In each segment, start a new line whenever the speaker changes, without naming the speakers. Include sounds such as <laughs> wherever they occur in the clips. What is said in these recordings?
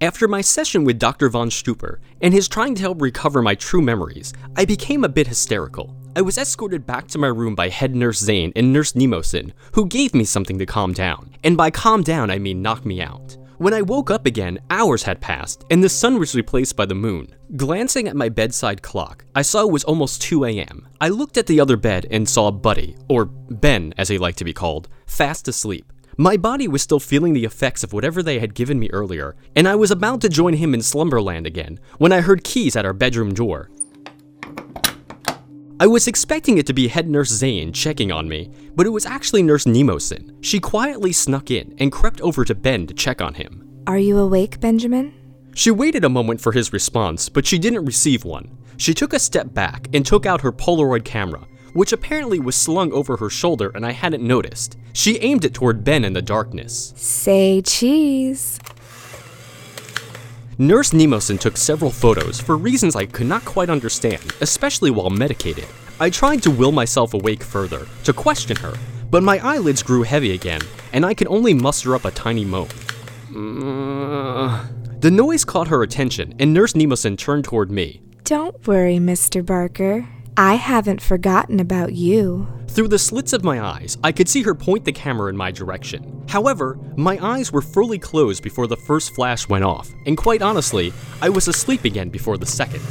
After my session with Dr. von Stuper and his trying to help recover my true memories, I became a bit hysterical. I was escorted back to my room by head nurse Zane and nurse Nemosin, who gave me something to calm down. And by calm down, I mean knock me out. When I woke up again, hours had passed, and the sun was replaced by the moon. Glancing at my bedside clock, I saw it was almost 2 a.m. I looked at the other bed and saw Buddy, or Ben as he liked to be called, fast asleep. My body was still feeling the effects of whatever they had given me earlier, and I was about to join him in slumberland again when I heard keys at our bedroom door. I was expecting it to be head nurse Zane checking on me, but it was actually nurse Nemosin. She quietly snuck in and crept over to Ben to check on him.
Are you awake, Benjamin?
She waited a moment for his response, but she didn't receive one. She took a step back and took out her Polaroid camera, which apparently was slung over her shoulder and I hadn't noticed. She aimed it toward Ben in the darkness.
Say cheese.
Nurse Nemosin took several photos for reasons I could not quite understand, especially while medicated. I tried to will myself awake further, to question her, but my eyelids grew heavy again, and I could only muster up a tiny moan. Uh. The noise caught her attention, and Nurse Nemosin turned toward me.
Don't worry, Mr. Barker. I haven't forgotten about you.
Through the slits of my eyes, I could see her point the camera in my direction. However, my eyes were fully closed before the first flash went off, and quite honestly, I was asleep again before the second.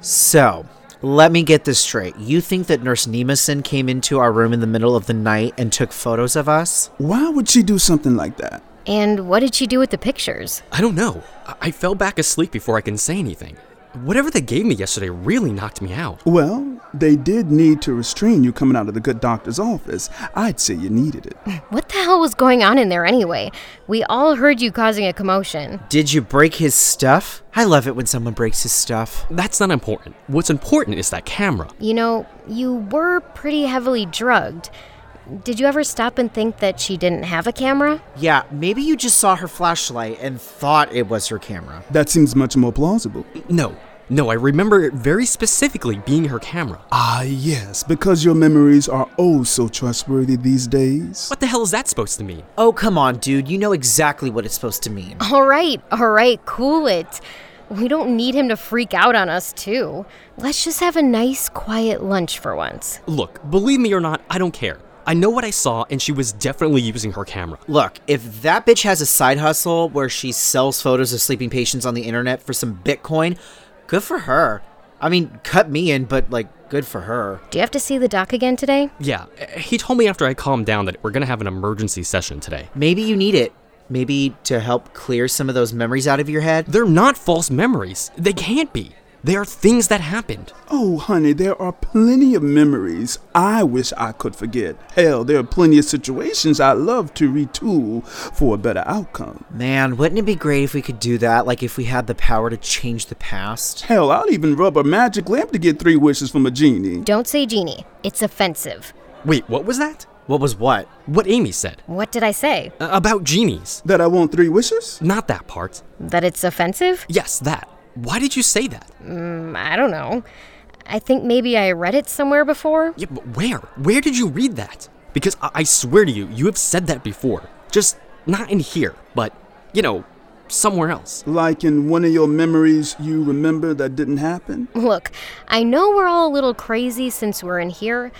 So, let me get this straight. You think that Nurse Nemeson came into our room in the middle of the night and took photos of us?
Why would she do something like that?
And what did she do with the pictures?
I don't know. I-, I fell back asleep before I can say anything. Whatever they gave me yesterday really knocked me out.
Well, they did need to restrain you coming out of the good doctor's office. I'd say you needed it.
What the hell was going on in there anyway? We all heard you causing a commotion.
Did you break his stuff? I love it when someone breaks his stuff.
That's not important. What's important is that camera.
You know, you were pretty heavily drugged. Did you ever stop and think that she didn't have a camera? <laughs>
Yeah, maybe you just saw her flashlight and thought it was her camera.
That seems much more plausible.
No, no, I remember it very specifically being her camera.
Ah, yes, because your memories are oh so trustworthy these days.
What the hell is that supposed to mean?
Oh, come on, dude. You know exactly what it's supposed to mean.
All right, all right, cool it. We don't need him to freak out on us, too. Let's just have a nice, quiet lunch for once.
Look, believe me or not, I don't care. I know what I saw, and she was definitely using her camera.
Look, if that bitch has a side hustle where she sells photos of sleeping patients on the internet for some Bitcoin, good for her. I mean, cut me in, but like, good for her.
Do you have to see the doc again today?
Yeah, eh, he told me after I calmed down that we're gonna have an emergency session today.
Maybe you need it. Maybe to help clear some of those memories out of your head.
They're not false memories. They can't be. They are things that happened.
Oh, honey, there are plenty of memories I wish I could forget. Hell, there are plenty of situations I love to retool for a better outcome.
Man, wouldn't it be great if we could do that? Like, if we had the power to change the past?
Hell, I'd even rub a magic lamp to get three wishes from a genie.
Don't say genie. It's offensive.
Wait, what was that?
What was what?
What Amy said
What did I say?
uh, about genies.
That I want three wishes?
Not that part.
That it's offensive?
Yes, that. Why did you say that?
Mm, I don't know. I think maybe I read it somewhere before.
Yeah, but where? Where did you read that? Because I, I swear to you, you have said that before. Just not in here, but, you know, somewhere else.
Like in one of your memories you remember that didn't happen?
Look, I know we're all a little crazy since we're in here,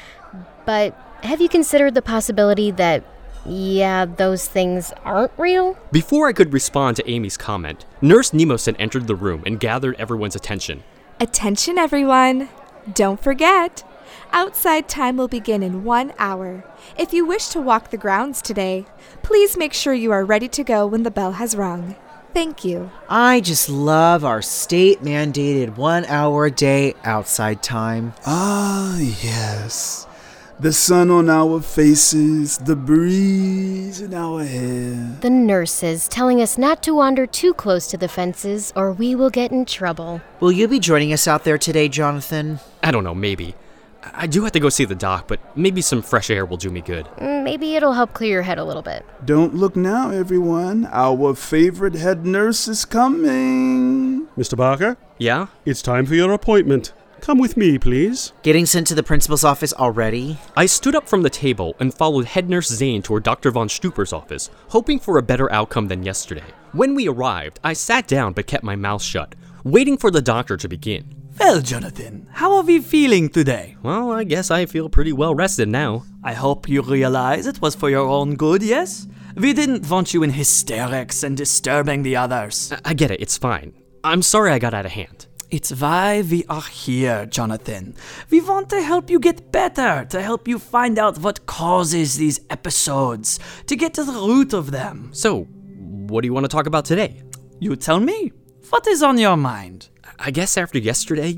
but have you considered the possibility that, yeah, those things aren't real?
Before I could respond to Amy's comment, Nurse Nemosin entered the room and gathered everyone's attention.
Attention, everyone! Don't forget! Outside time will begin in one hour. If you wish to walk the grounds today, please make sure you are ready to go when the bell has rung. Thank you.
I just love our state mandated one hour a day outside time.
Ah, yes. The sun on our faces, the breeze in our hair.
The nurses telling us not to wander too close to the fences or we will get in trouble.
Will you be joining us out there today, Jonathan?
I don't know, maybe. I I do have to go see the doc, but maybe some fresh air will do me good.
Mm, Maybe it'll help clear your head a little bit.
Don't look now, everyone. Our favorite head nurse is coming.
Mr. Barker,
Yeah?
it's time for your appointment. Come with me, please.
Getting sent to the principal's office already?
I stood up from the table and followed head nurse Zane toward Dr. von Stuper's office, hoping for a better outcome than yesterday. When we arrived, I sat down but kept my mouth shut, waiting for the doctor to begin.
Well, Jonathan, how are we feeling today?
Well, I guess I feel pretty well rested now.
I hope you realize it was for your own good, yes? We didn't want you in hysterics and disturbing the others.
I, I get it, it's fine. I'm sorry I got out of hand.
It's why we are here, Jonathan. We want to help you get better, to help you find out what causes these episodes, to get to the root of them.
So, what do you want to talk about today?
You tell me, what is on your mind?
I guess after yesterday,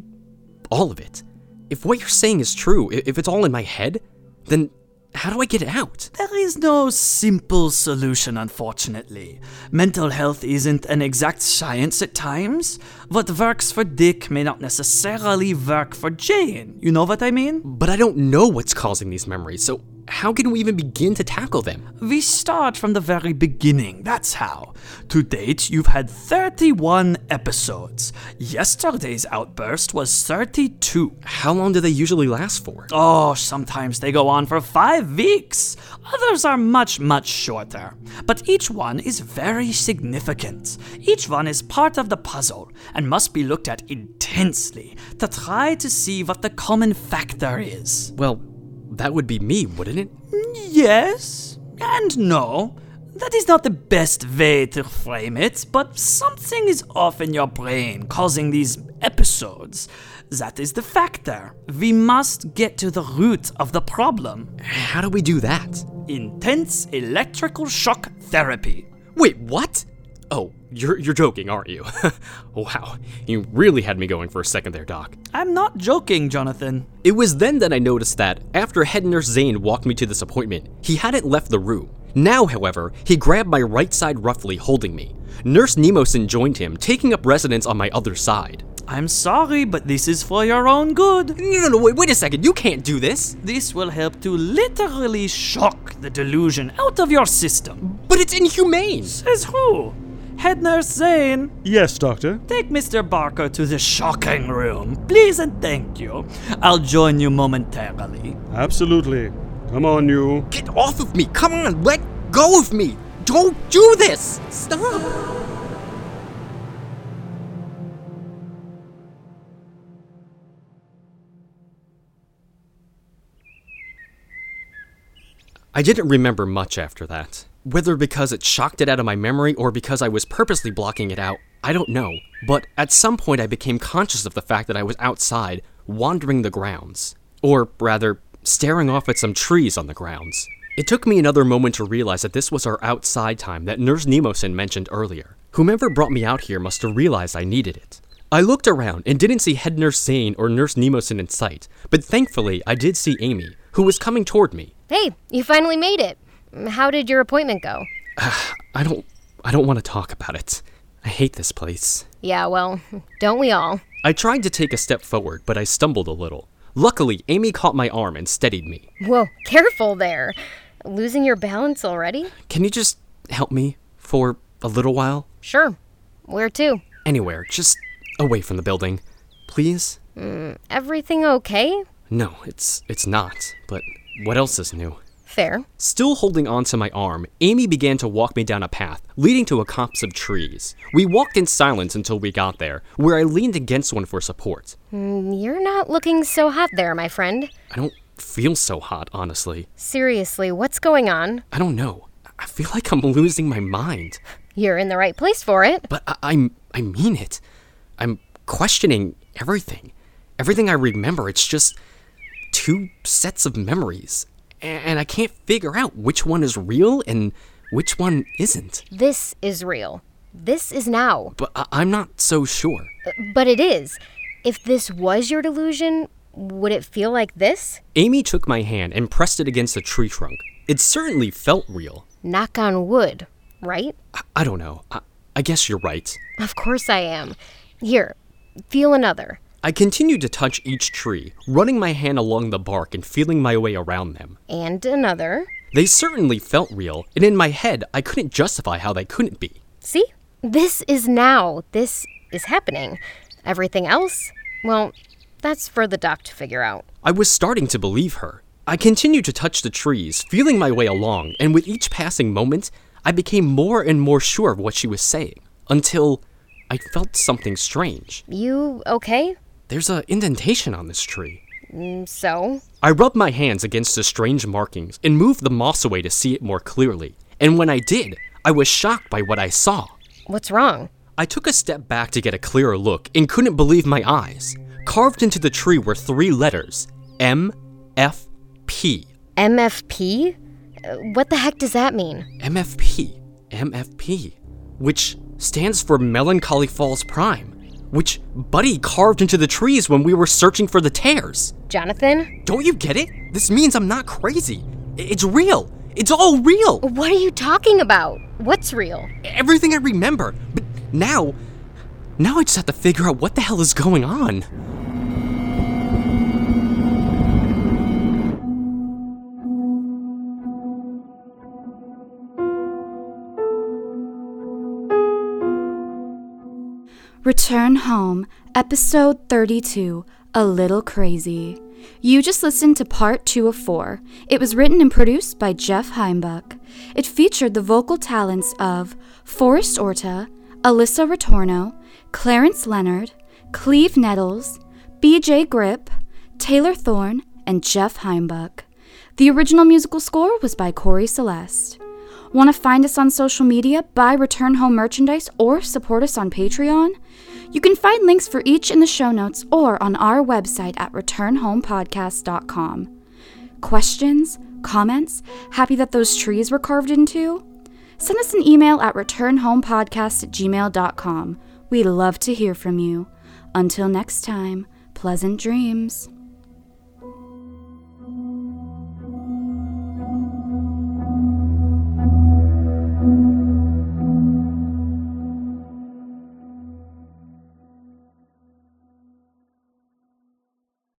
all of it. If what you're saying is true, i- if it's all in my head, then how do I get it out?
There is no simple solution, unfortunately. Mental health isn't an exact science at times. What works for Dick may not necessarily work for Jane. You know what I mean?
But I don't know what's causing these memories, so how can we even begin to tackle them?
We start from the very beginning, that's how. To date, you've had 31 episodes. Yesterday's outburst was 32.
How long do they usually last for?
Oh, sometimes they go on for five weeks. Others are much, much shorter. But each one is very significant. Each one is part of the puzzle and must be looked at intensely to try to see what the common factor is.
Well, that would be me, wouldn't it?
Yes and no. That is not the best way to frame it, but something is off in your brain causing these episodes. That is the factor. We must get to the root of the problem
How do we do that?
intense electrical shock therapy.
Wait, what? Oh, you're you're joking, aren't you? <laughs> wow, you really had me going for a second there, Doc.
I'm not joking, Jonathan.
It was then that I noticed that after head nurse Zane walked me to this appointment, he hadn't left the room. Now, however, he grabbed my right side roughly, holding me. Nurse Nemosin joined him, taking up residence on my other side.
I'm sorry, but this is for your own good.
No, no, no, wait, wait a second. You can't do this.
This will help to literally shock the delusion out of your system.
But it's inhumane.
Says who? Head nurse Zane.
Yes, Doctor.
Take Mr. Barker to the shocking room, please and thank you. I'll join you momentarily.
Absolutely. Come on, you.
Get off of me. Come on, let go of me. Don't do this. Stop. I didn't remember much after that. Whether because it shocked it out of my memory or because I was purposely blocking it out, I don't know. But at some point, I became conscious of the fact that I was outside, wandering the grounds. Or rather, staring off at some trees on the grounds. It took me another moment to realize that this was our outside time that Nurse Nemosin mentioned earlier. Whomever brought me out here must have realized I needed it. I looked around and didn't see head nurse Zane or Nurse Nemosin in sight, but thankfully I did see Amy, who was coming toward me.
Hey, you finally made it. Mm, How did your appointment go?
I don't I don't want to talk about it. I hate this place.
Yeah, well, <laughs> don't we all?
I tried to take a step forward, but I stumbled a little. Luckily, Amy caught my arm and steadied me.
Whoa, careful there. Losing your balance already?
Can you just help me for a little while?
Sure. Where to?
Anywhere, just away from the building. Please?
Everything okay?
No, it's it's not. But what else is new?
Fair.
Still holding on to my arm, Amy began to walk me down a path leading to a copse of trees. We walked in silence until we got there, where I leaned against one for support.
You're not looking so hot there, my friend.
I don't feel so hot, honestly.
Seriously, what's going on?
I don't know. I feel like I'm losing my mind,
You're in the right place for it.
but I, I'm I mean it. I'm questioning everything, everything I remember. It's just two sets of memories, a- and I can't figure out which one is real and which one isn't.
This is real. This is now.
But I, I'm not so sure.
But it is. If this was your delusion, would it feel like this?
Amy took my hand and pressed it against a tree trunk. It certainly felt real.
Knock on wood, right?
I, I don't know. I, I guess you're right.
Of course I am. Here, feel another.
I continued to touch each tree, running my hand along the bark and feeling my way around them.
And another.
They certainly felt real, and in my head, I couldn't justify how they couldn't be.
See? This is now. This is happening. Everything else? Well, That's for the doc to figure out.
I was starting to believe her. I continued to touch the trees, feeling my way along, and with each passing moment, I became more and more sure of what she was saying, until I felt something strange.
You okay? Mm,
There's a indentation on this tree.
So?
I rubbed my hands against the strange markings and moved the moss away to see it more clearly, and when I did, I was shocked by what I saw.
What's wrong?
I took a step back to get a clearer look and couldn't believe my eyes. Carved into the tree were three letters M, F, P.
MFP? Uh, What the heck does that mean?
MFP. MFP. Which stands for Melancholy Falls Prime. Which Buddy carved into the trees when we were searching for the tears.
Jonathan?
Don't you get it? This means I'm not crazy. I- It's real. It's all real.
What are you talking about? What's real?
everything I remember. But now, now I just have to figure out what the hell is going on.
Return Home, Episode 32 A Little Crazy. You just listened to part two of four. It was written and produced by Jeff Heimbuck. It featured the vocal talents of Forrest Orta, Alyssa Retorno, Clarence Leonard, Cleve Nettles, BJ Grip, Taylor Thorne, and Jeff Heimbuck. The original musical score was by Corey Celeste. Want to find us on social media, buy Return Home merchandise, or support us on Patreon? You can find links for each in the show notes or on our website at returnhomepodcast.com. Questions? Comments? Happy that those trees were carved into? Send us an email at returnhomepodcast at gmail.com. We love to hear from you. Until next time, pleasant dreams.